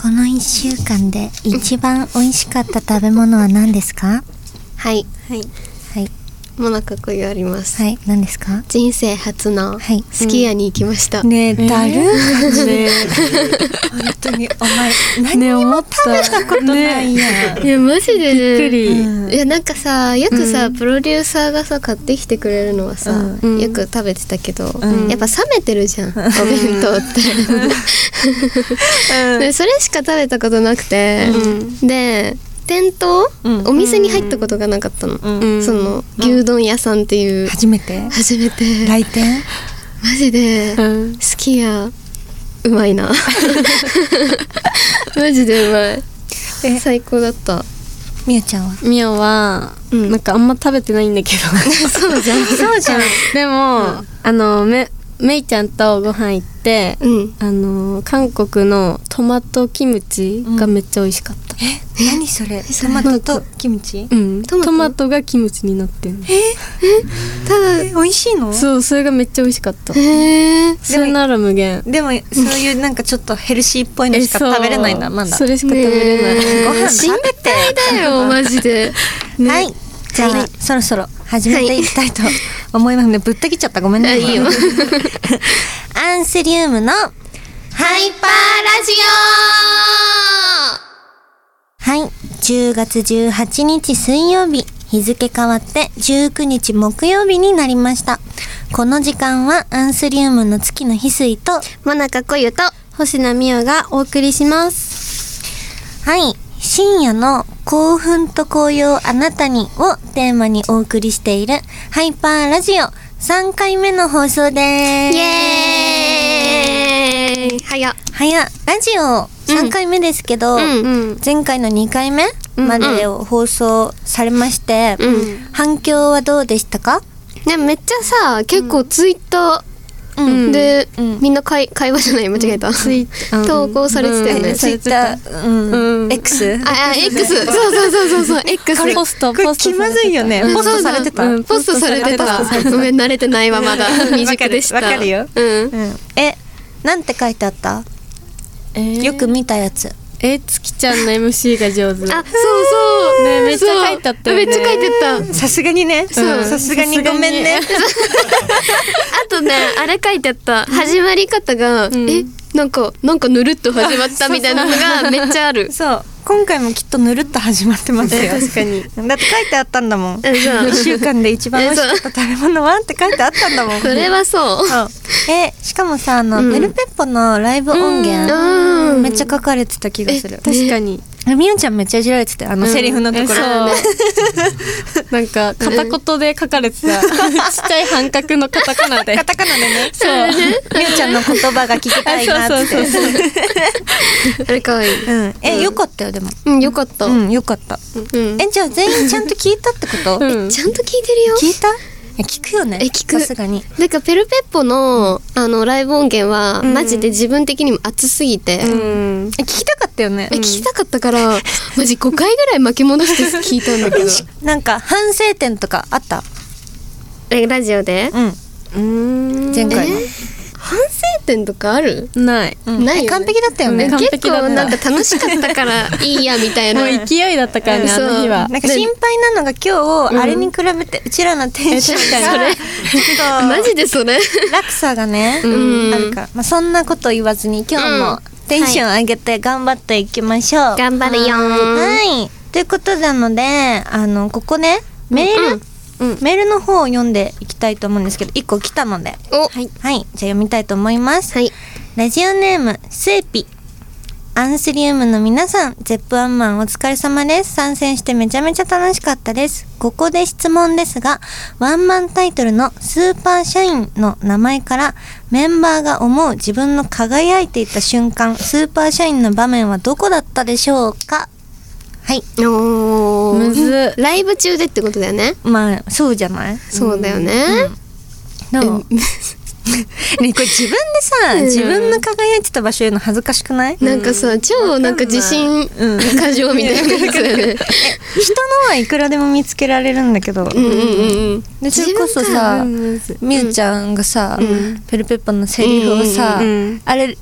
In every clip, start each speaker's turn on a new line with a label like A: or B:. A: この1週間で一番美味しかった食べ物は何ですか
B: はい、
C: はい、
A: はい
B: もなかこゆあります。
A: はい何ですか
B: 人生初の
A: はい
B: スキヤに行きました。
A: ねえだる感じ
C: ね
A: 本当にお前
C: え、ねえ、思った。食べたこと
A: ないやん
B: いやマジでね
C: びっくり
B: うんいやなんかさよくさ、プロデューサーがさ買ってきてくれるのはさ、
C: うん
B: よく食べてたけど、
C: うん
B: やっぱ冷めてるじゃん、お弁当ってでそれしか食べたことなくて、で店頭、
C: うん
B: お店に入ったことがなかったの、
C: うん
B: その牛丼屋さんっていう、
A: 初めて
B: 初めて
A: 来店
B: マジで、
C: うん
B: 好きやうまいなマジでうまい
A: え
B: 最高だった
A: みゆちゃんは
C: みやは、
B: うん
C: なんかあんま食べてないんだけど
B: そうじゃんそうじゃん
C: でも、あのめめいちゃんとご飯行って、
B: うん
C: あの韓国のトマトキムチがめっちゃ美味しかった、
A: え何それトマトとキムチ
C: うん
B: ト
C: ト
B: マ
C: マ
B: ト
C: トがキムチになってるの
B: ただ
A: え美味しいの
C: そうそれがめっちゃ美味しかった
B: へえ
C: それなら無限
A: でもそういうなんかちょっとヘルシーっぽいのしか
C: えそう
A: 食べれないなまだ
C: それしか食べれない、
B: ねえ
A: ご飯食べて
B: だよマジで
A: はいじゃあ、
B: はい
A: そろそろ始めていきたいと思いますね、ぶった切っちゃったごめん
B: あ
A: ね
B: いいよ
A: 今
B: ハイパーラ
A: アンスリウムの
B: ジ
A: はい10月18日水曜日日付変わって19日木曜日になりましたこの時間はアンスリウムの月の翡翠とは
B: オもなかこゆと
C: 星名美代がお送りします
A: い深夜の興奮と紅葉あなたにをテーマにお送りしているハイパーラジオ3回目の放送です
B: イエーイ早っ
A: 早っラジオ3回目ですけど、
B: うんうん
A: 前回の2回目までを放送されまして、
B: うん
A: 反響はどうでしたか
B: ねめっちゃさ結構ツイッターで、みんな会会話じゃない間違えた、
C: ツイッター
B: 投稿されてたよね
C: うん
A: ツイッター、うん
C: うん
A: X?
B: ああ X そうそうそうそうそう X
C: ポスト
A: これ
C: ポスト
A: 気まずいよねポストされてた、
B: うんポストされてたごめん慣れてないわまだ未熟でした
A: わかるよ
B: うん
A: うんえなんて書いてあった、
C: えー
A: よく見たやつ
C: えつきちゃんの MC が上手
B: あそうそう
C: ねめっちゃ
B: そう
C: 書いてあったよね
B: めっちゃ書いてあった
A: さすがにね
C: う
A: さすがにごめんね
C: さ
B: あとねあれ書いてあった始まり方がえなんかなんかぬるっと始まったみたいなのがめっちゃある
A: そう今回もきっとぬるっと始まってますよ
C: 確かに
A: だって書いてあったんだもん
B: うんそう
A: 1週間で一番美味しかった食べ物はって書いてあったんだもん
B: それはそう
A: そうえしかもさあの、
B: うん
A: メルペッポのライブ音源、
B: うん
A: めっちゃ書かれてた気がする
C: 確かに
A: みゆちゃんめっちゃいじられてたあの、セリフのところ、
C: うん そうなんか片言で書かれて たちっちゃい半角のカタカナで
A: カタカナでね
C: そう
A: みゆちゃんの言葉が聞きたいなって
C: あそうそうそう
B: あれ可愛い
A: うんえ、よかったよでも
B: うんよかった
A: う
B: うん
A: んよかった
B: え
A: えじゃあ全員ちゃんと聞いたってこと、
C: うん
B: ちゃんと聞いてるよ
A: 聞いたいや聞くよね
B: え聞く
A: さすがに
B: なんかペルペッポのあのライブ音源はマジで自分的にも熱すぎて、
C: うん
A: え聞きたかったよね
B: え聞きたかった から、マジ5回ぐらい巻き戻して聞いたんだけど
A: なんか反省点とかあった
B: えラジオで
A: うん
C: うん
A: 前回の、
B: 反省点とかある
C: ない
A: うん
B: ないよね
A: え完璧だったよね、
C: う完
B: 結
C: 璧だ
B: 構
C: ね
B: なんか楽しかったから いいやみたいな
C: もう勢いだったから
B: うん
C: ねあの日は
A: なんか心配なのが今日、あれに比べてうちらのテンションが
B: え
A: ちょっと
B: マジでそれ
A: 落差がね、
B: うん
A: あるから、まあ、そんなこと言わずに今日
B: うん
A: もテンション上げて頑張っていきましょう。はい、
B: 頑張るよー
A: ということなのであのここねメール、
C: うんうん
A: メールの方を読んでいきたいと思うんですけど1個来たので。は
B: お
A: い、じゃあ読みたいと思います。
B: はい
A: ラジオネームスーピアンスリウムの皆さん、ゼップワンマンお疲れ様です。参戦してめちゃめちゃ楽しかったです。ここで質問ですが、ワンマンタイトルのスーパー社員の名前から、メンバーが思う自分の輝いていた瞬間、スーパー社員の場面はどこだったでしょうかはい。
B: お
C: むず
B: ライブ中でってことだよね
A: まあ、そうじゃない
B: そうだよね、
A: どうねこれ自分でさ、
B: うん
A: 自分の輝いてた場所言うの恥ずかしくない
B: なんかさ超なんか自信
A: うん
B: 過剰みたいなやつだよね
A: 人のはいくらでも見つけられるんだけど、
B: うんうんうんうん
A: でそれこそさ
C: うんむず
A: みゆちゃんがさ、
B: うん
A: ペルペッパのセリフをさ、
C: うん
A: あれ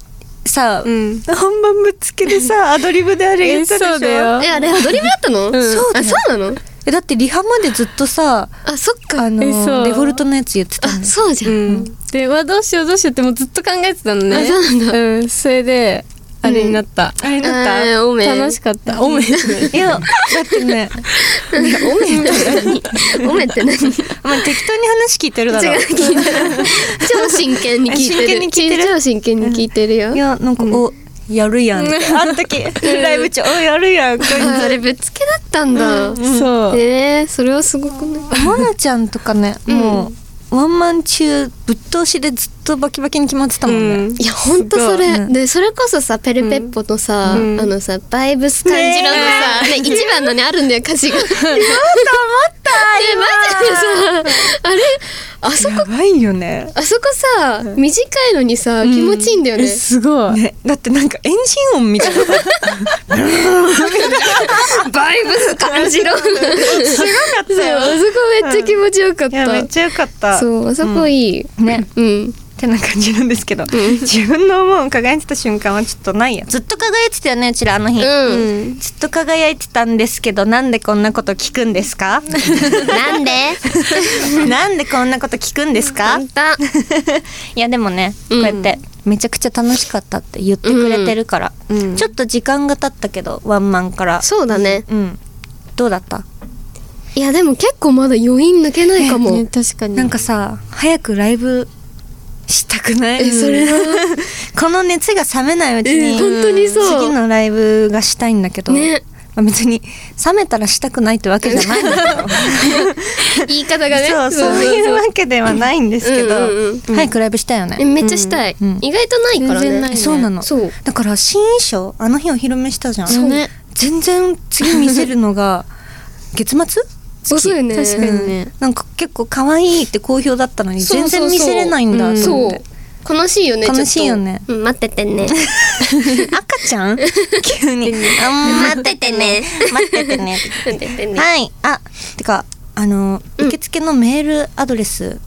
A: さ、
C: うん
A: 本番ぶっつけでさアドリブであれ言ったでしょ
C: えそうだよ
B: えあれアドリブだったの、
A: そうだ
B: あ
A: よ
B: そうなの
A: えだってリハまでずっとさ
B: あそっか
A: あの
C: えそう
A: デフォルトのやつ言ってた
B: あ
A: のよ
B: そうじゃん、
C: でうわどうしようどうしようってもうずっと考えてたのね
B: あそうなん
C: だ、ん、それであれになった、
A: あれだった
B: えーおめ
C: 楽しかっ たおめでとう
A: いやだってね
B: いやおめって 何おめって何違う
A: お前適当に話聞いてるだろ
B: 聞いてる超真剣に聞いてる
A: 真剣に聞いてる
B: 超真剣に聞いてるよ、
A: いやなんか、おやるやんってあの時ライブ中おやるやんこいつ
B: ああれぶっつけだったんだ、
C: そう、
B: えー、それはすごくない
A: モナちゃんとかね、もうワンマン中ぶっ通しでずっとバキバキに決まってたもんね、
C: うん
B: いやほんとそ
A: すご
B: れ
A: い
B: でそれこそさペルペッポのさ、
C: うん
B: あのさバイブス感じるのさ、ね一番のねあるんだよ歌 詞がでマジで さあれあそ
A: やばいよね
B: あそこさ短いのにさ気持ちいいんだよね、
C: えすごい、
A: ねだってなんかエンジン音みたいな
B: バイブス感じろそう
A: すごかった
B: あ
A: よ
B: そこめっちゃ気持ちよかっ
A: いや
B: た、
A: めっちゃよかった
B: そうあそこいい、
A: ね
B: うん
A: ってな感じなんですけど、自分の思う輝いてた瞬間はちょっとないやずっと輝いてたよねうちらあの日、
B: うん、
A: ずっと輝いてたんですけどなんでこんなこと聞くんです か
B: なんで
A: なんでこんなこと聞くんですか
B: 簡単
A: いやでもね、こうやってめちゃくちゃ楽しかったって言ってくれてるから、
C: うん
A: ちょっと時間が経ったけどワンマンから
B: そうだね
A: うんどうだった、
B: いやでも結構まだ余韻抜けな いかも、
C: ね、確かに
A: なんかさ早くライブしたくない
B: え それは
A: この熱が冷めないうちに、
B: え本当にそう
A: 次のライブがしたいんだけど、
B: ね
A: まあ、別に冷めたらしたくないってわけじゃないんだ けど
B: 言い方がね
A: そうそういうわけではないんですけど、
B: うんうんうん
A: 早くライブしたいよ
B: え
A: ね、
B: めっちゃしたい、
A: うんうん
B: 意外とないから
C: 全然
B: ね
C: ないね
A: そうなの
B: そう
A: だから新衣装あの日お披露目したじゃん
C: そうね
A: 全然次見せるのが月末
B: 遅いよね
C: 確かにね、
A: なんか結構可愛いって好評だったのに全然見せれないんだと思
B: そ
A: っ
B: う
A: て
B: 悲しいよねちょっと
A: 悲しいよね
B: うん待っててね
A: 赤ちゃん急にあ
B: 待っててね
A: ん待っててね
B: 待っててね
A: はいあてかあの受付のメールアドレス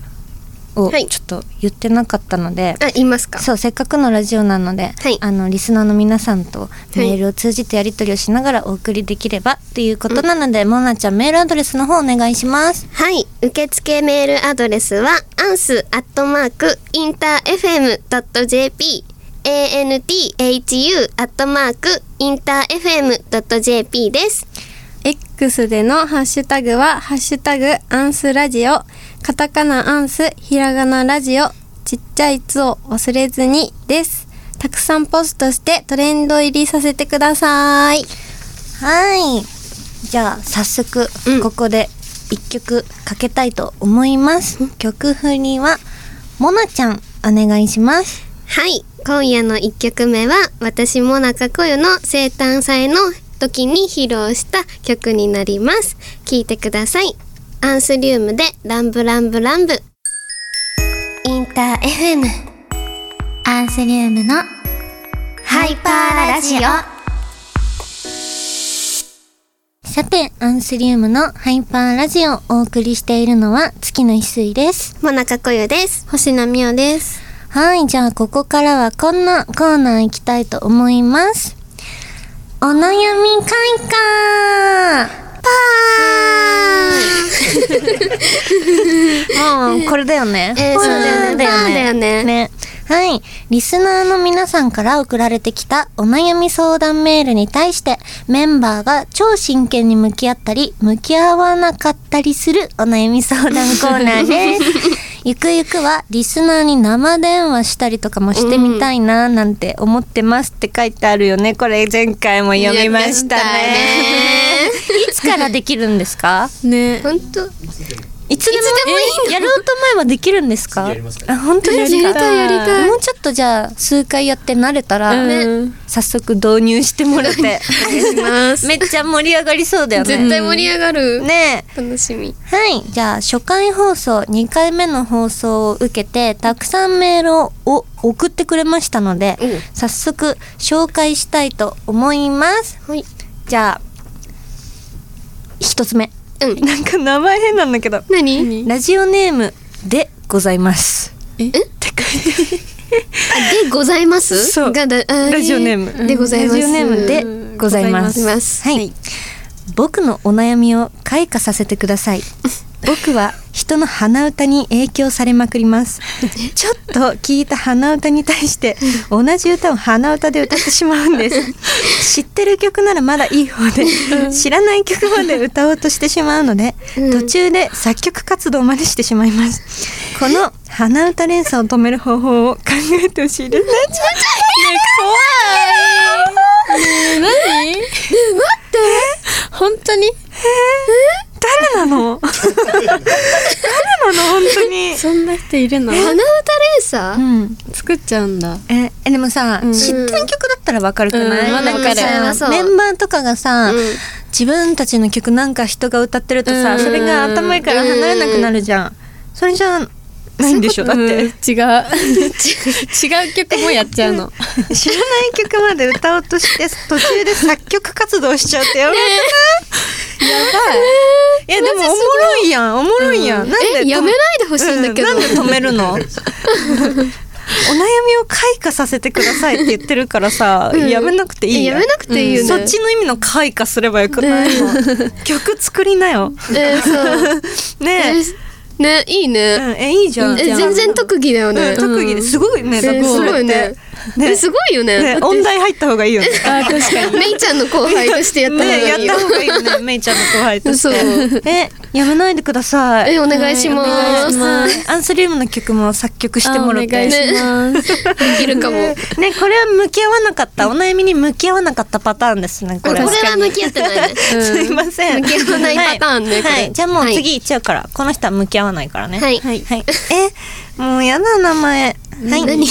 A: を
B: はい
A: ちょっと言ってなかったので、
B: あ言いますか
A: そうせっかくのラジオなので、
B: はい
A: あのリスナーの皆さんと
B: い
A: メールを通じてやり取りをしながらお送りできればということなので、もなちゃんメールアドレスの方お願いします。
B: はい受付メールアドレスはアンスアットマークインター FM.jp anthu アットマークインター FM.jp です。
C: X でのハッシュタグは「ハッシュタグアンスラジオ」カタカナアンスひらがなラジオちっちゃい「つ」を忘れずにですたくさんポストしてトレンド入りさせてください
A: はいじゃあ早速
B: うん
A: ここで一曲かけたいと思います、曲振りはもなちゃんお願いします
B: はい今夜の1曲目は私も中小夜の生誕祭の時に披露した曲になります聴いてくださいアンスリウムでランブランブランブインター FM
A: アンセリウムの
B: ハイパーラジオ
A: さてアンセリウムのハイパーラジオをお送りしているのは月の翡翠です
B: もなかこよです
C: 星野美桜です
A: はいじゃあここからはこんなコーナー行きたいと思いますお悩み開花パーもうこれだよね、
B: えーそうだよね
A: パー
B: パーだよね
A: はいリスナーの皆さんから送られてきたお悩み相談メールに対してメンバーが超真剣に向き合ったり向き合わなかったりするお悩み相談コーナー ですゆくゆくはリスナーに生電話したりとかもしてみたいななんて思ってますって書いてあるよねこれ前回も読みましたね いつからできるんですか
C: ね
B: 本当
A: いつでもやろうと思えばできるんですか？あ本当ですか？
C: やりたいやりたい
A: もうちょっとじゃあ数回やって慣れたら、
C: うん
A: 早速導入してもらって、
B: ま
A: めっちゃ盛り上がりそうだよね。
B: 絶対盛り上がる、
A: ねえ。
B: 楽しみ
A: はい。じゃあ、初回放送、2回目の放送を受けて、たくさんメールをを送ってくれましたので、
B: うん
A: 早速紹介したいと思います。
B: はい
A: じゃあ、一つ目。
B: うん
A: なんか名前変なんだけど、
B: 何
A: ラジオネームでございます。
C: え
A: って書いて
B: でございます
A: そう
B: がだあー
A: ラジオネーム
B: でございます
A: ラジオネーム でございます
B: ございます
A: はい、僕のお悩みを開花させてくだ さい僕は人の鼻歌に影響されまくり ますちょっと聞いた鼻歌に対して同じ歌を鼻歌で歌ってしまうんです 知ってる曲ならまだいい方で知らない曲まで歌おうとしてしまうので
B: うん
A: 途中で作曲活動までしてしまいますこの鼻歌連鎖を止める方法を考えてほしい ですねちょね
C: 何ね待って本当に
A: 怖い誰なの誰なの本当に
C: そんな人いるの
B: 鼻歌レーサー
A: うん
C: 作っちゃうんだ
A: ええでもさ、
C: うん
A: 知ってる曲だったらわかるくない、
C: うんまだわかる
A: なんか
B: そ
A: さ
B: う
A: メンバーとかがさ、
B: うん
A: 自分たちの曲なんか人が歌ってるとさ、
C: うん
A: それが頭から離れなくなるじゃん、それじゃないんでしょだっ
C: うん違
A: て
C: う違う曲もやっちゃうの
A: 知らない曲まで歌おうとして途中で作曲活動しちゃうってやばくない、いやでもおもろいやんおもろいやん、
C: うん
A: なんで
B: えやめないでほしいんだけど
A: うなんで止めるの お悩みを開花させてくださいって言ってるからさ、
B: うん
A: やめなくていい
B: えやめなくていいよね
A: そっちの意味の開花すればよくないの、曲作りなよ
B: えーそ う
A: ねえ、
B: えねいいね
A: うん、えいいじゃん
B: え
A: じゃあ
B: 全然特技だよ
A: う
B: ね
A: ん特技ですごいね、
B: えーすごいねえすごいよね
A: ね音大入った方がいいよね
C: あ確かに
B: メイちゃんの後輩としてやった方が
A: ねやっ
B: いいよ
A: た方がいいよねめいちゃんの後輩とし
B: そう
A: てえやめないでください
B: えお願いしま
C: はいお願いし
B: す
C: ま
A: アンスリウムの曲も作曲してもらっ
C: あお願
A: て
C: いします
B: できるかも
A: ね
B: こ
A: これは向き合わなかったお悩みに向き合わなかったパターンですねこ
B: れ
A: れは
B: は向き合って ないね
C: う ん
A: すいません
B: 向き合わないパターン
A: は
B: ね
A: い
B: これ
A: はいじゃあもう次行っちゃうからこの人は向き合わないからね
B: はい
A: はいえもうやだ名前はい
B: 何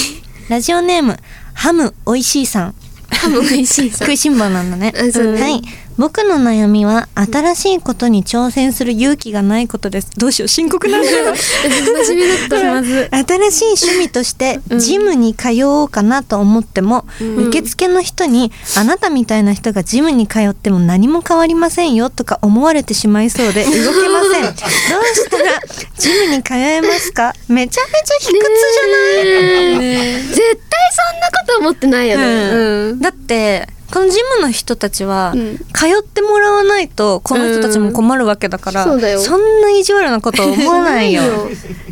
A: ラジオネームハムおいしいさん
B: ハム美味しいさ
A: 食いしん坊なんだ ね
B: あそうね
A: はい僕の悩みは新しいことに挑戦する勇気がないことですどうしよう深 刻なんだよ
B: 真面目だった
C: まず
A: 新しい趣味としてジムに通おうかなと思っても、受付の人に「あなたみたいな人がジムに通っても何も変わりませんよ」とか思われてしまいそう で動けませんどうしたらジムに通えますかめちゃめちゃ卑屈じゃない、
B: ね絶対そんなこと思ってないよね
C: うん
A: だってこのジムの人たちは、
B: うん
A: 通ってもらわないとこの人たちも困るわけだから、
B: うんそうだよ
A: そんな意地悪なこと思わないよ
B: ないよ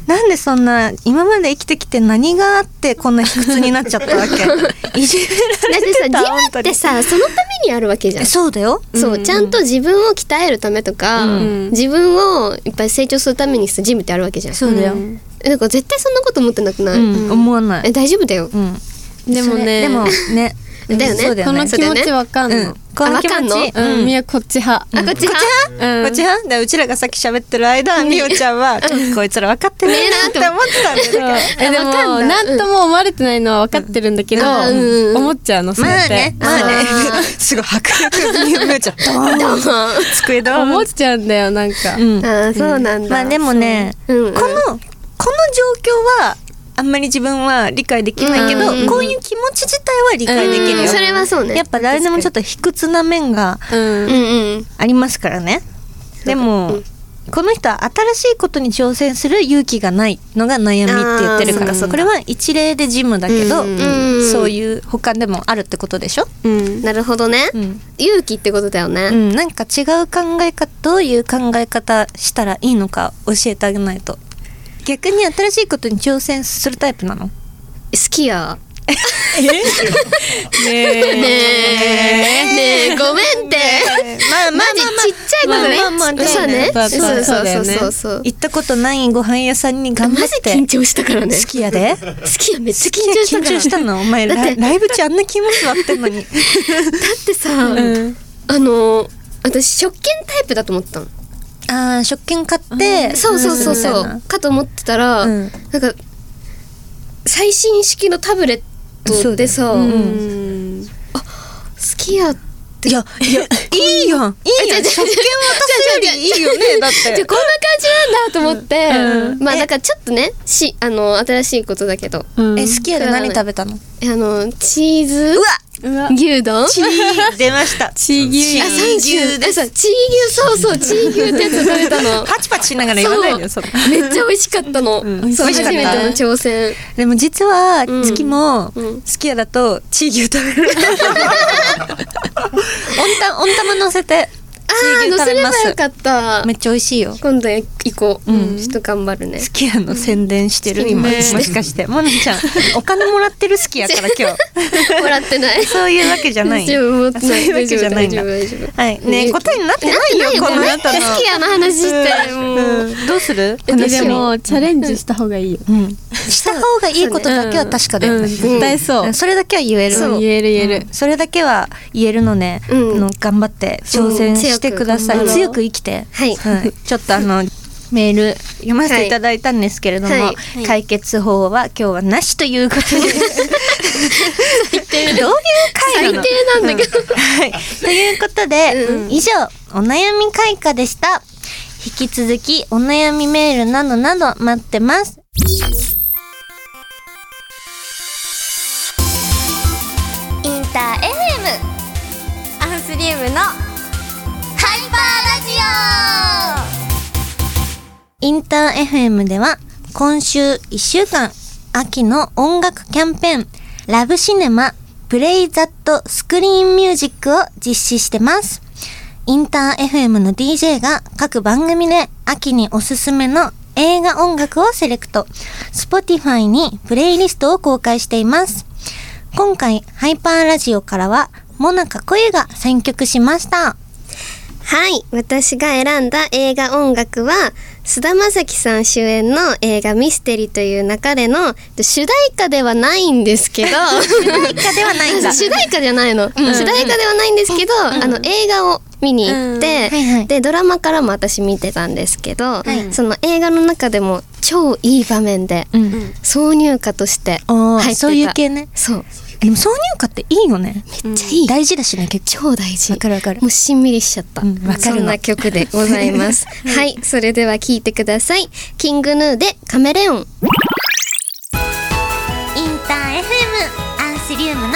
A: なんでそんな今まで生きてきて何があってこんな卑屈になっちゃったわけいじめ
B: だ
A: ら
B: っ
A: れ て
B: てさジ
A: た
B: ムってさそのためにあるわけじゃ
A: 本当に
B: ん
A: そうだよ
B: そう、
C: うん
B: ちゃんと自分を鍛えるためとか、
C: うん
B: 自分をいっぱい成長するためにさジムってあるわけじゃん
A: そうだよ、う
C: うんん
B: えなんか絶対そんなこと思ってなくない、
A: 思わない
B: え、大丈夫だよ、
A: うん、
C: でも
A: それ
C: ね
A: でもね
B: だよね
A: そうだ
C: こ
A: よ
C: の
A: ね
C: 気持ちわかん
A: うん
C: の
A: この気持ち
B: あわ
C: う
A: うんん
C: みやこっち派
B: あこっち派
C: うん
A: こっちはでうちらがさっき喋ってる間みおちゃんはこいつら分かってねえなって思ってたんだけど
C: えでも
B: わかんない
C: なんとも思われてないのは分かってるんだけど、
B: うんうん
C: 思っちゃうのそうやって、
A: まあね
B: あー
A: すごい迫力に見えちゃった机だ
C: 思っちゃうんだよなんか、
A: うん
B: あーそうなんだ、
A: まあでもねこ
B: そううんう
A: の
B: ん
A: この状況はあんまり自分は理解できないけど
B: うん
A: こういう気持ち自体は理解できる
B: うん
A: よ
B: それはそうね
A: やっぱ誰でもちょっと卑屈な面が
C: うん
B: うんうん
A: ありますからねでもこの人は新しいことに挑戦する勇気がないのが悩みって言ってるか
B: あ
A: ら
B: ーそっかそっか
A: これは一例でジムだけど
C: うん
A: そういう他でもあるってことでしょ
C: うん
B: なるほどね、
A: うん
B: 勇気ってことだよ
A: う
B: ね、
A: ん、なんか違う考え方どういう考え方したらいいのか教えてあげないと逆に新しいことに挑戦するタイプなの
B: 好きや
C: ね
B: ねえねえごめんって
A: まあまあまあ、ま
B: マジちっちゃいことね、
A: まあまあまあ
B: そうね
C: そうだよね
B: そうそうそう
C: そうだよ
B: そう
C: ね
B: そう
A: 行ったことないご飯屋さんに頑張
B: マ
A: っ
B: ジ
A: て
B: 緊張したからね
A: 好きやで
B: 好きやめっちゃ
A: い
B: 緊
A: や
B: 張した
A: 緊
B: から
A: 張したのお前
B: だっ
A: ラ
B: て
A: ライブ中あんな気持ち割ってんのに
B: だってさ、
C: うん
B: あの私食券タイプだと思ってたの、
A: あー食券買って
B: そうそうそうそう、
A: ん
B: かと思ってたら、
A: うん
B: なんか最新式のタブレットでさ、
A: そうだよ
C: う
A: ね
C: ん
B: 好きや
A: いやいやいいよいいよ
B: え違う違
A: 食
B: う
A: 券渡すよりいいよねだっ
B: じゃ
A: て
B: こんな感じなんだと思って、
A: うん
B: まあ
A: え
B: だからちょっとねしあの新しいことだけど
C: うん
A: え好きやで何食べたの
B: あのチーズ
A: うわ
C: うわ
B: 牛丼
A: チー出ました。
C: チー牛
A: チ
B: あ、三
A: ー牛
B: 種。
A: です
B: あ、そう、。チー牛、そうそう、チー牛ってやつ食べた の。
A: パチパチしながら言わないでよ、そ
B: そ
A: ん
B: う
A: な
B: めっちゃ美味しかったの。
A: うん
B: そう
A: 美味し
B: 初
A: かった
B: めての挑戦。
A: でも実は
B: うん
A: 月も
B: うん
A: 好きやだとチー牛食べ る。温玉温玉乗せて
B: あ
A: チー
B: あ、
A: 牛
B: 乗
A: 食
B: せ
A: べ
B: れ
A: ま
B: ばよ
A: す
B: か。った
A: め。っちゃ美味しいよ。好
B: 今度行こう。
A: うん
B: ちょっと頑張るね。
A: き家の宣伝してる
B: うん
A: 今も
B: ね
A: しかしてもなみちゃん お金もらってる好きやから今日
B: もらってない。
A: そういうわけじゃない
B: 大丈夫、もらって
A: そう
B: ない。
A: いうわ
B: 大
A: け
B: 丈
A: じゃ
B: 夫、
A: ない
B: 大
A: ん
B: 丈
A: だ
B: 夫、大丈夫。
A: はいね答えになってないよこの後の
B: 好きやな話して。もう
A: うんどうする
B: え
C: で
B: 確かに
C: もチャレンジした方がいいよ、
A: うんした方がいいことだけは確かだよ
C: うん
A: ね
C: 絶対そう、
A: うんそれだけは言える
C: そう言える言える
A: うんそれだけは言えるのね、
B: うん
A: あの頑張って挑戦してください、
B: うん強く
A: 強く生きて、
B: はい
A: ちょっとあのメール読ませていただいたんですけれども、
B: はいはい
A: 解決法は今日はなしということでどういう回
B: 最
A: な
B: 低
A: の
B: なんだけど。
A: はい、ということで、以上お悩み開花でした引き続きお悩みメールなどなど待ってます
D: インター FM アンスリウムのハイバーラジオ
A: インター FM では今週1週間秋の音楽キャンペーンラブシネマプレイザットスクリーンミュージックを実施してます。インター FM の DJ が各番組で秋におすすめの映画音楽をセレクト。Spotify にプレイリストを公開しています。今回ハイパーラジオからはモナカコユが選曲しました。
B: はい、私が選んだ映画音楽は菅田将暉さん主演の映画「ミステリー」という中での主題歌ではないんですけど
A: 以下ではないんだ。
B: 主題歌じゃないの、主題歌ではないんですけど、あの映画を見に行って、
A: うんはいはい
B: でドラマからも私見てたんですけど、
A: い
B: その映画の中でも超いい場面で、
A: うん。
B: 挿入歌として
A: お
B: 入って
A: ー
B: た
A: そういう系ね。
B: そう
A: でも挿入歌っていいよね。
B: めっちゃいい、
A: 大事だしね、結
B: 超大事
A: わかるわかる
B: もうしんみりしちゃった、
A: うんわかるの
B: そんな曲でございます はいそれでは聞いてくださいキングヌーでカメレオン
A: 構。インター FM アンスリウムのハイパ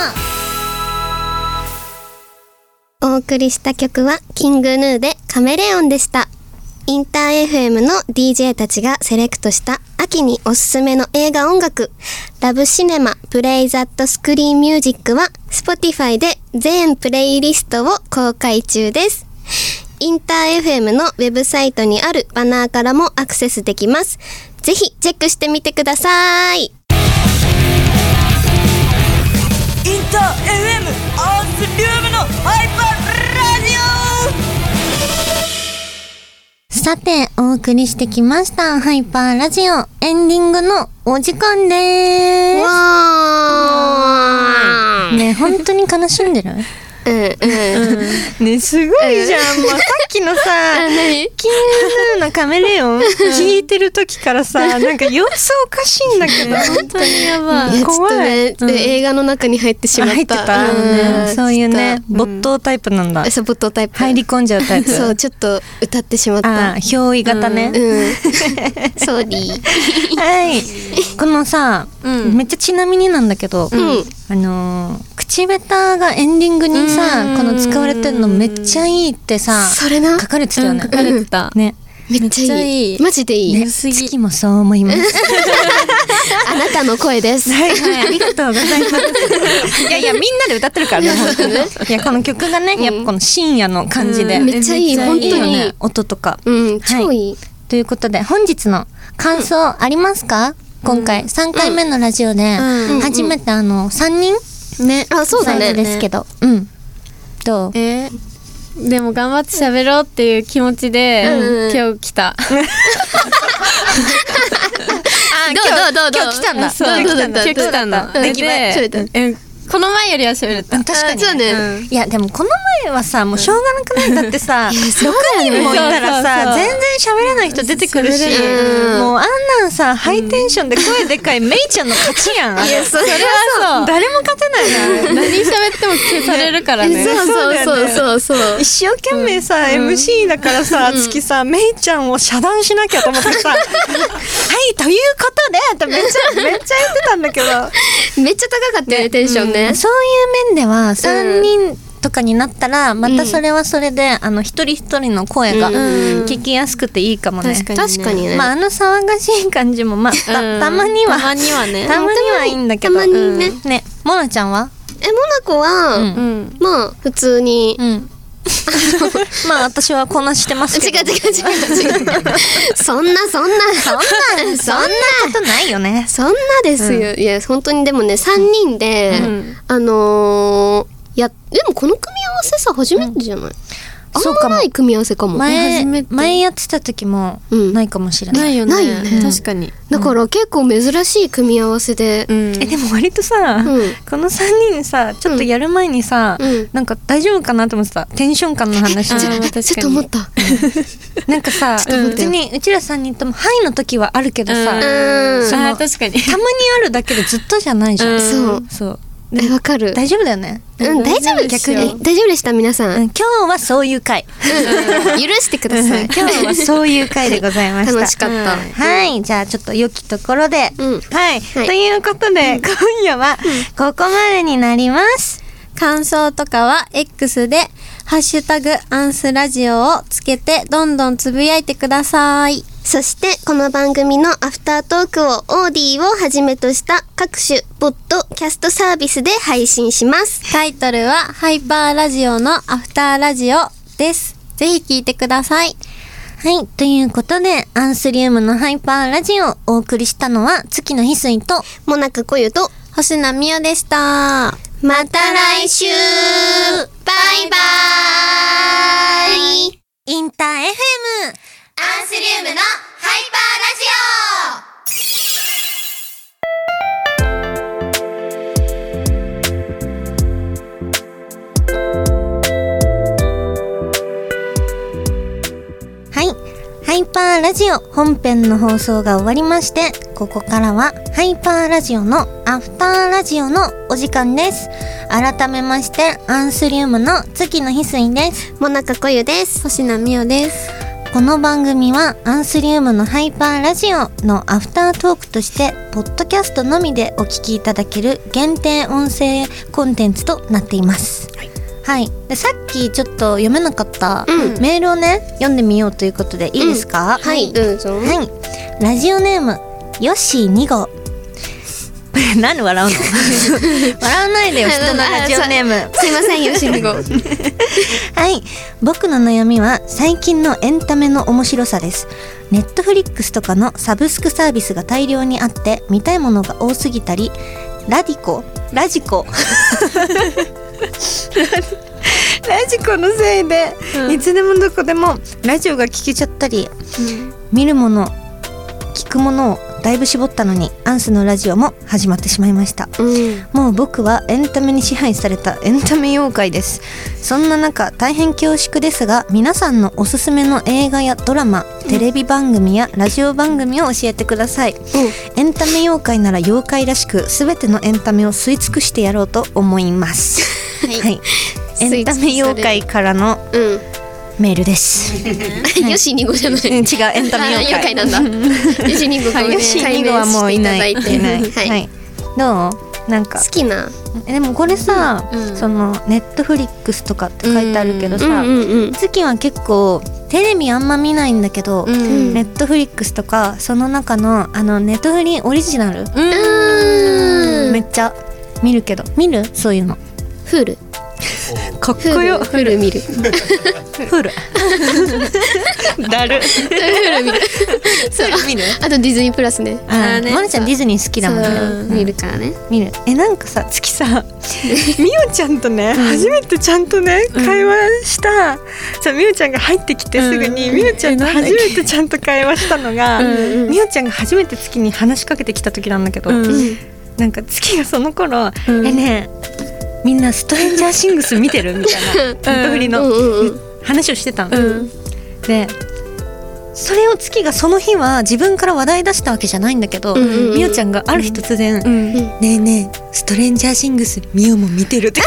A: ーラジ
B: お送りした曲はキングヌーでカメレオンでしたインター FM の DJ たちがセレクトした秋におすすめの映画音楽ラブシネマプレイザットスクリーンミュージックは Spotify で全プレイリストを公開中ですインター FM のウェブサイトにあるバナーからもアクセスできますぜひチェックしてみてください
E: インター FM アースリウムのハイパーラジオ
A: オさて、お送りしてきました、ハイパーラジオ、エンディングのお時間でー
B: わ
A: す。ね、本当に悲しんでる
B: うんうん
A: ね、すごいじゃん。もうさっき のさ、キングヌーのカメレオン聞いてる時からさ、なんか様子おか しいんだけど、本当にやば
B: いやちょっと
A: 怖い
B: ね、。
A: うん
B: 映画の中に入ってしまった
A: 入ってた、
B: うん
A: そういうね
B: ちょっ
A: 没頭タイプなんだ、
B: とサボットタイプ
A: 入り込んじゃうタイプ
B: そうちょっと歌ってしまった
A: ああ憑依型ね
B: う、んソーリー
A: はいこのさ、
C: うん
A: めっちゃちなみになんだけど、
B: ん
A: あのー口下手がエンディングにさ、
C: うん
A: この使われてるのめっちゃいいってさ
B: それな
A: 書かれてたよね、
C: 書かれてた、
A: ね
B: めっちゃい
C: めっちゃい
B: い
C: い
B: マジでいい、
A: ね月もそう思います
B: あなたの声です
A: はいはいありがとうございますいやいやみんなで歌ってるからね本当にねいやこの曲がね、やっぱこの深夜の感じで、
C: うん
B: めっちゃいい
C: めっちゃいい
B: 本当
A: いいよ
B: に
A: ね音とか
B: うん超いい、
A: ということで本日の感想ありますか、今回3回目のラジオで
C: うん
A: 初めてあの3人
C: ね
B: あそうだ
A: サイ
B: ね
A: ズですけど、うんどう
C: えーでも頑張って喋ろうっていう気持ちで、
B: うん
C: 今日来た。
B: どうどうどうどう
A: 今日来たんだ
C: そう
B: どうどうどうど
C: 今
B: う
C: 日来たんだ。
B: うん
C: で
B: 喋れた
C: うんこの前よりは喋れた。
A: 確か
B: あ
A: に
B: そうね、
C: うん
A: いやでもこの前はさもうしょうがなくないだってさ6人もいたらさ
C: そうそうそう
A: 全然喋れない人出てくるし
C: 喋
B: れない
A: もうあんなんさハイテンションで声でかいメイちゃんの勝ちやんあれ
B: それは
A: 誰も勝てないなあれ
C: 何喋っっても消されるからね
B: そうそうそうそうそう
F: 一生懸命さ、MC だからさ、月さめいちゃんを遮断しなきゃと思って さ「はいということで」ってめっちゃめっちゃ言ってたんだけど
B: めっちゃ高かったよねテンションね、
A: そういう面では3人とかになったらまたそれはそれで、あの一人一人の声が聞きやすくていいかもね。
C: 確
B: 確かにね、
A: まああの騒がしい感じもまあたたまには
C: たまにはね
A: たまにはいいんだけど
B: たまにね
A: うんねモナちゃんは
B: えモナコは、
A: うん
C: うん
B: まあ普通に、
A: うん まあ私はこなしてますけ
B: 違
A: ど
B: う違う違う違うそんなそんなそんなそんな
A: ことないよね
B: そんなですよ、いや本当にでもね3人で、
C: ん
B: あのーいやでもこの組み合わせさ初めてじゃない、
A: そ
B: あ
A: うんか
B: ま
A: も
B: ない組み合わせかも
A: 前
C: 初めて
A: 前やってた時も
B: うん
A: ないかもしれない、
C: ないよね
B: ないよね
C: 確かに
B: だから結構珍しい組み合わせで、
C: うん
A: えでも割とさ、
B: うん
A: この3人さちょっとやる前にさ、
B: うん
A: なんか大丈夫かなと思ってたテンション感の話
C: あ
A: じゃん
C: ー確かに
B: ちょっと思った
A: なんかさ別にうちら3人とも「はい」の時はあるけどさ、
C: うん
B: うん
A: その
C: あー確かに
A: たまにあるだけでずっとじゃないじゃん、
C: うん
B: そう
A: そう
B: えわかる
A: 大丈夫だよね、
B: うん大丈夫
C: ですよ
B: え大丈夫でした皆さん、
A: うん、今日はそういう回
B: うん許してくだ さい
A: 今日はそういう回でございました
B: 楽しかった、
A: はい、じゃあちょっと良きところで、
B: うん
A: はい、
B: はい
A: ということで、今夜はここまでになります、
C: 感想とかは X で「ハッシュタグアンスラジオ」をつけてどんどんつぶやいてください
B: そしてこの番組のアフタートークをオーディをはじめとした各種ポッドキャストサービスで配信します
C: タイトルは「ハイパーラジオのアフターラジオ」ですぜひ聞いてください
A: はい、ということでアンスリウムのハイパーラジオをお送りしたのは月野翡翠と
B: もなかこゆと
C: 星名美代でした
B: また来週バイバイ
A: インター FM
D: アンスリウムのハイパーラジオ
A: はい。ハイパーラジオ本編の放送が終わりまして、ここからはハイパーラジオのアフターラジオのお時間です。改めまして、アンスリウムの月野翡翠です。
B: もなかこゆです
C: 星名美代です
A: この番組はアンスリウムのハイパーラジオのアフタートークとして、ポッドキャストのみでお聞きいただける限定音声コンテンツとなっています。はい、でさっきちょっと読めなかった
B: うん
A: メールをね、読んでみようということでいいですか、
B: はいどうぞ
A: はい。ラジオネーム、ヨッシー2号。 何で笑うの 笑わない でよ、人のラジオネーム。
B: すいませんよしみご
A: はい。僕の悩みは最近のエンタメの面白さです。ネットフリックスとかのサブスクサービスが大量にあって、見たいものが多すぎたり、ラディコ、ラジコ。ラジコのせいで、いつでもどこでもラジオが聞けちゃったり、見るもの、聞くものをだいぶ絞ったのに、アンスのラジオも始まってしまいました。
B: うん
A: もう僕はエンタメに支配されたエンタメ妖怪ですそんな中大変恐縮ですが皆さんのおすすめの映画やドラマテレビ番組やラジオ番組を教えてください、エンタメ妖怪なら妖怪らしく全てのエンタメを吸い尽くしてやろうと思います、はいエンタメ妖怪からのメールです、
B: うんよしみごじゃない
A: うん、違うエンタメ
B: あ
A: 妖 怪
B: 妖怪なんだよしみご
A: はいよし二号はもういない
B: 解明していただいて
A: は
B: はい
A: い、どうなんか
B: 好きな
A: えでもこれさ、
C: うん
A: そのネットフリックスとかって書いてあるけどさ、
B: うんうん
A: 月は結構テレビあんま見ないんだけど、
C: ん
A: ネットフリックスとかその中のあのネットフリオリジナル、
B: うん
A: めっちゃ見るけど見るそういうの
B: フール
A: かっ
B: フールフール見る
A: フールだる
B: そうあとディズニープラスね
A: あ
C: あーね
A: まるちゃんディズニー好きだもんね
B: そう見るからね
A: 見るえなんかさ月さ
F: みおちゃんとね、初めてちゃんとね会話した、そうみおちゃんが入ってきてすぐに、みおちゃんと初めてちゃんと会話したのが、みおちゃんが初めて月に話しかけてきた時なんだけど、なんか月がその頃「えねえみんなストレンジャーシングス見てる?」みたいなネットフリ
B: うん
F: の
B: うんうん
F: 話をしてたの。
C: うん
F: で
A: それを月がその日は自分から話題出したわけじゃないんだけど、
B: んうんうん
A: みおちゃんがある日突然「
C: うん
A: ねえねえストレンジャーシングスみおも見てる」って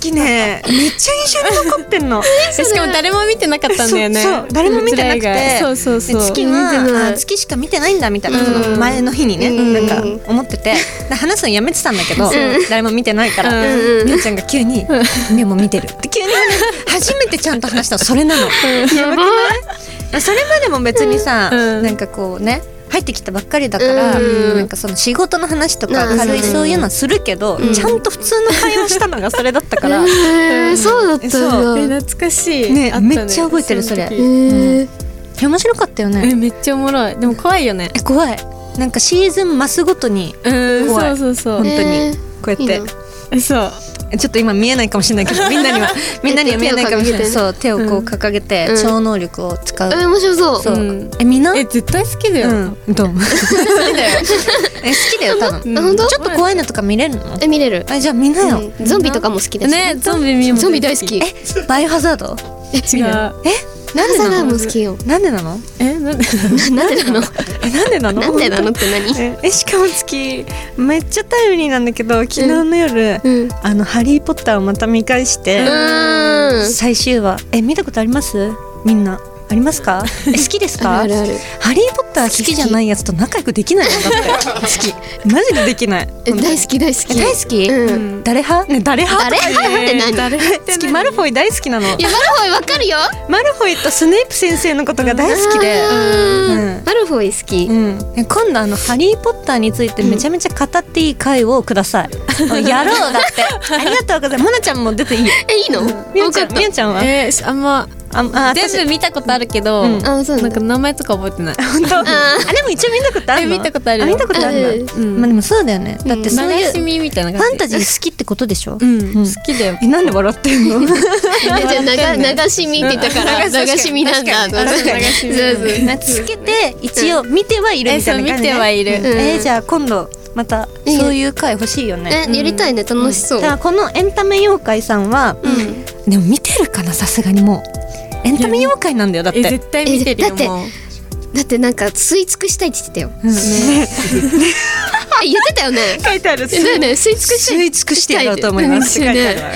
A: きねめっちゃ印象に残ってんの
C: しかも誰も見てなかったんだよね
A: そうそう誰も見てなくて
C: うちら以外そうそう
A: で
C: そう
A: 月はあ月しか見てないんだみたいな、その前の日にね、なんか思っててで話すのやめてたんだけど、誰も見てないから、みゆちゃんが急に「目も見てる」って急に初めてちゃんと話したのそれなの。やばくないそれまでも別にさ、
C: うん
A: なんかこうね入ってきたばっかりだから、なんかその仕事の話とか軽いそういうのはするけど、ちゃんと普通の会話したのがそれだったから、
B: えー、そうだったん
A: そ
B: だ。
C: え懐かしい
A: ね
C: あた
A: めっちゃ覚えてるそれ
C: の
B: え
C: 時
B: ー、
A: 面白かったよね
C: えめっちゃおもろいでも怖いよね
A: え怖いなんかシーズン増すごとに
C: うん
A: 怖い
C: そうそ
A: 本
C: うそ
A: 当
C: う
A: に
B: えー
A: こうやって
B: いいな
C: えそう
A: ちょっと今見えないかもしれない けどみんなにはみんなには見えないかもしれない
B: 手
A: そ
B: を掲げてね
A: う手をこう掲げて
B: うん
A: 超能力を使う、
B: えー、面白そう。
A: そう、
C: うん
A: えみんな
C: え絶対好きだよ、
A: うん どう好きだよえ好きだよ多分
B: あ本当
A: ちょっと怖いのとか見れるの
B: え見れる。
A: えじゃあ見なよ、
B: うんゾンビとかも好きだし。
C: ねゾンビ見も
B: ゾンビ大好き。え、
A: バイオハザード
C: 違う
B: なんで
A: な
B: な
A: の
B: の？も好きよ。
A: なんでなの
C: えな んで
B: ななんでなの？
A: えなんでなの
B: なんでなのって何？
A: ええしかも月めっちゃタイムリーなんだけど昨日の夜、
B: うん。
A: あの「ハリー・ポッター」をまた見返して、
B: うん。
A: 最終話え見たことありますみんなあります かえ好きですか
B: あるある
A: ハリー・ポッター好きじゃないやつと仲良くできないのだって好きマジでできない
B: え大好き大好き。
A: 大好き、
B: うん
A: うん誰派ね誰派
B: あれって何？い
A: 好きマルフォイ大好きなの
B: やマルフォイわかるよ。
A: マルフォイとスネープ先生のことが大好きで
B: うんマルフォイ好き。
A: うん、え今度あの「ハリー・ポッター」についてめちゃめちゃ語っていい回をください、 やろうだってありがとうございますモナちゃんも出ていいよ
B: えいいの？
A: み
B: わ
A: ゆち
B: か
A: ゃ
B: っ
A: んみゆちゃんは
C: えーしあん
A: あ
C: ま
A: あ私
C: 全部見たことあるけど、
A: うん
B: た。あそう
C: な
B: なんん
C: か
B: だ。
C: 名前とか覚えてない
A: 本 当あでも一応見たことあるの
C: え見たことあるよ
A: 見たことあるんだ、
C: うん
A: まあでもそうだよねだってそう
C: 流
A: いう、
C: し
A: フ
C: 見みたいな感
A: ァ
C: じ
A: ンタジー好きってことでしょ、
C: うん、
A: うん
C: 好きだよ
A: えなんで笑って んの
B: えじゃあ流流し見って言ったから流し見なんだ。
C: 確かに
B: そうそうそう。
A: つけて一応見てはいるみたいな感じ、ね
C: えそう見てはいる
A: うんえじゃあ今度またそういう回欲しいよね、
B: えやりたいね楽しそう
A: じ。ゃあこのエンタメ妖怪さんは、でも見てるかなさすがにもうエンタメ妖怪なんだよだって
C: え絶対見てる
B: えだって
C: よもう
B: だってなんか吸い尽くしたいって言ってたよ。
A: うん
B: え言ってた よね。
A: 書いてある
B: えだよね吸い尽くした
A: 吸
B: い。
A: い尽くしてやろうと思います
B: うん
A: 書いて あるわ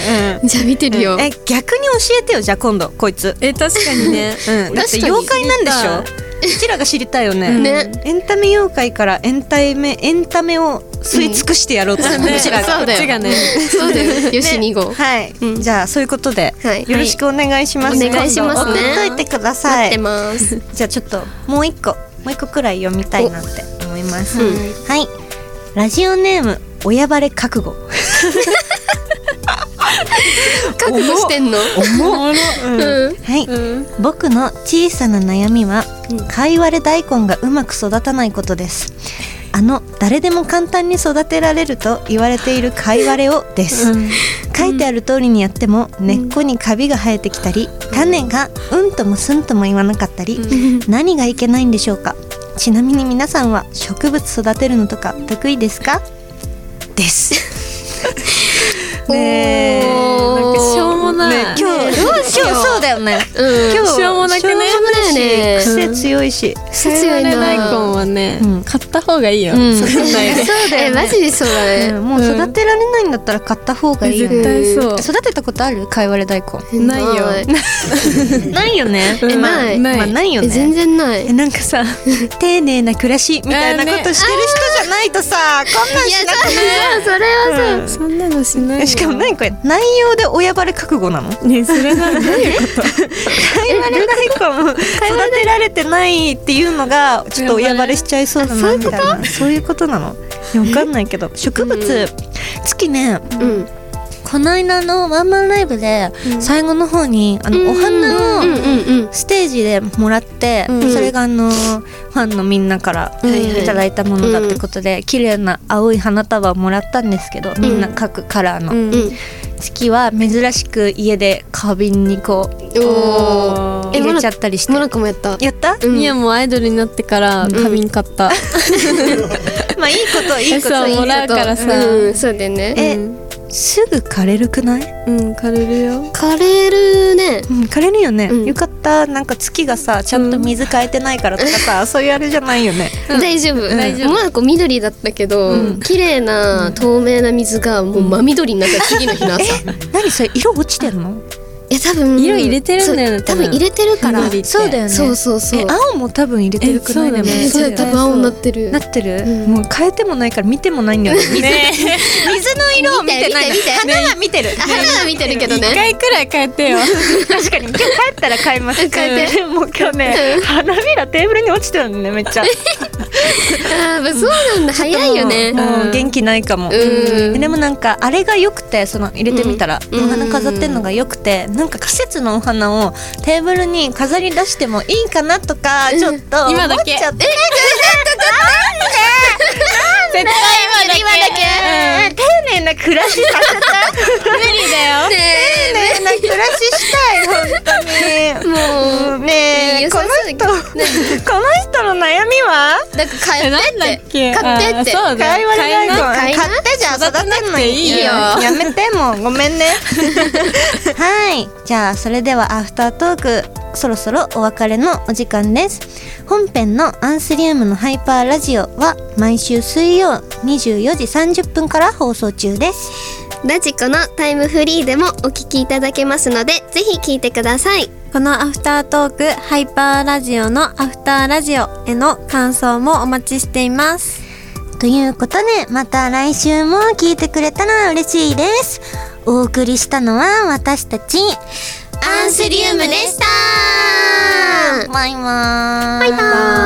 A: うん
B: じゃあ見てるよ。
A: え逆に教えてよじゃあ今度こいつ
C: え確かにね
A: うん、だって
B: 確かに
A: 妖怪なんでしょうちらが知りたいよね
B: ね
A: エンタメ妖怪からエンタメエンタメを吸い尽くしてやろうとする、 うちらが
B: そうだよ
C: こっちがね
B: そうだよ。よし二号。
A: はい、
B: うん
A: じゃあそういうことで、
B: はい
A: よろしくお願いします、
B: はいお願いしますね
A: 今度送っといてくださ
B: 待っ
A: い
B: てます。
A: じゃあちょっともう一個もう一個くらい読みたいなって思います、はいラジオネーム親バレ覚悟
B: 覚悟してんの。
A: 重はい、僕の小さな悩みは、貝割れ大根がうまく育たないことですあの誰でも簡単に育てられると言われている貝割れをです、書いてある通りにやっても根っこにカビが生えてきたり、種がうんともすんとも言わなかったり、何がいけないんでしょうかちなみに皆さんは植物育てるのとか得意ですか ですねえ
C: なんかしょうもない、
A: ね、今日、今日そうだよね。
B: うん
A: 今日
C: しょうもなくね
A: しょうもないし
B: ね
A: 癖強いし。
B: 強いな
C: れ大根はね、
A: うん
C: 買った方がいいよ、
A: うん
C: 買わない
A: そ
C: で
A: うだ
B: え
A: よね
B: マジでそうだ
A: う
B: ね。
A: んもう育てられないんだったら買った方がいいよ
C: 絶
A: ね。
C: 対そう、
A: 育てたことある？かいわれ大根。
C: ないよ
A: ないよね。
C: うん
A: まあ
B: ない
A: まあないよ
B: え全
A: ね。
B: 然ない。
A: えなんかさ、 丁寧な暮らしみたいなことしてる人じゃないとさ、こんなんしなく
B: そうそれは
A: ない
B: さ、
A: うん
C: そんなのしないよ
A: えしかも何これ内容で親バレ覚悟 なの？
C: ねそれなどういうこと
A: 貝割れ大根を育てられてないっていうのがちょっと親バレしちゃいそうだなみたいなそういうことなのいやわかんないけど植物月ね
B: うん
G: この間のワンマンライブで最後の方にあのお花を
B: うんうんうん。
G: ステージでもらって、
B: ん
G: それがあのファンのみんなから
B: いはい
G: いただいたものだってことで、綺麗な青い花束をもらったんですけど、みんな各カラーの、
C: うん
B: うん。
G: 月は珍しく家で花瓶にこう
B: おお。え
G: 入れちゃったりして
B: モナコもやった。
A: やった
B: うん
C: ミヤもアイドルになってから花瓶買った、
A: まあいいこといいこ
C: 餌
A: と
C: をもらうからさ
B: うんそうだよね。
A: えすぐ枯れるくない
C: うん、枯れるよ
B: 枯れるね。
A: うん枯れるよね
B: うん
A: よかっったなんか月がさちゃんと水変えてないからとかさ、そういうあれじゃないよね
B: 大丈夫、モナコ緑だったけど、綺麗な透明な水がもう真緑になった次の日の朝、 い
A: 何それ色落ちてんの
B: や多分
C: 色入れてるんだよね
B: そう多分入れてるから
C: 緑って
A: そうだよね
B: そうそうそう
A: え青も多分入れてるくらいだよね
C: え
B: そうや多分青になってる
A: なってる、
B: うん
A: もう変えてもないから見てもないんだよね水の色を見てない
B: 見て見て見て
A: 花は見てる、
B: 花は見てるけど
C: 一
B: ね
C: 回くらい変えてよ
A: 確かに今日帰ったら買います
B: 買えて
A: うんもう今日ね花びらテーブルに落ちてるのねめっちゃ
B: あーそうなんだ早いよね
A: もうもう元気ないかも、
B: うん
A: でもなんかあれが良くてその入れてみたら、
B: うん
A: お花飾ってんのが良くてなんか季節のお花をテーブルに飾り出してもいいかなとかちょっと思っちゃ
C: 今
A: っ
C: だけ
A: て、
C: え
A: 絶対今だけ丁寧な暮らしさせた無理だよ 丁寧な暮らししたい本当に
B: もう
A: ねえ
B: 良
A: こ
B: さ
A: の
B: そう
A: 人
B: だ
A: この人の悩みは
B: だから買えてって
C: け
B: 買ってって
C: あーそうだ
A: 会話でない
C: 買えな
B: 買えな
A: 買ってじゃあ育てんのい
C: い
B: よ
A: やめてもうごめんね
H: はいじゃあそれではアフタートークそろそろお別れのお時間です本編の「アンスリウムのハイパーラジオ」は毎週水曜24時30分から放送中です
B: ラジコのタイムフリーでもお聞きいただけますのでぜひ聞いてください
C: このアフタートークハイパーラジオのアフターラジオへの感想もお待ちしています
H: ということでまた来週も聞いてくれたら嬉しいですお送りしたのは私たち
B: アンスリウムでした
H: バイバーイ
B: バイバーイ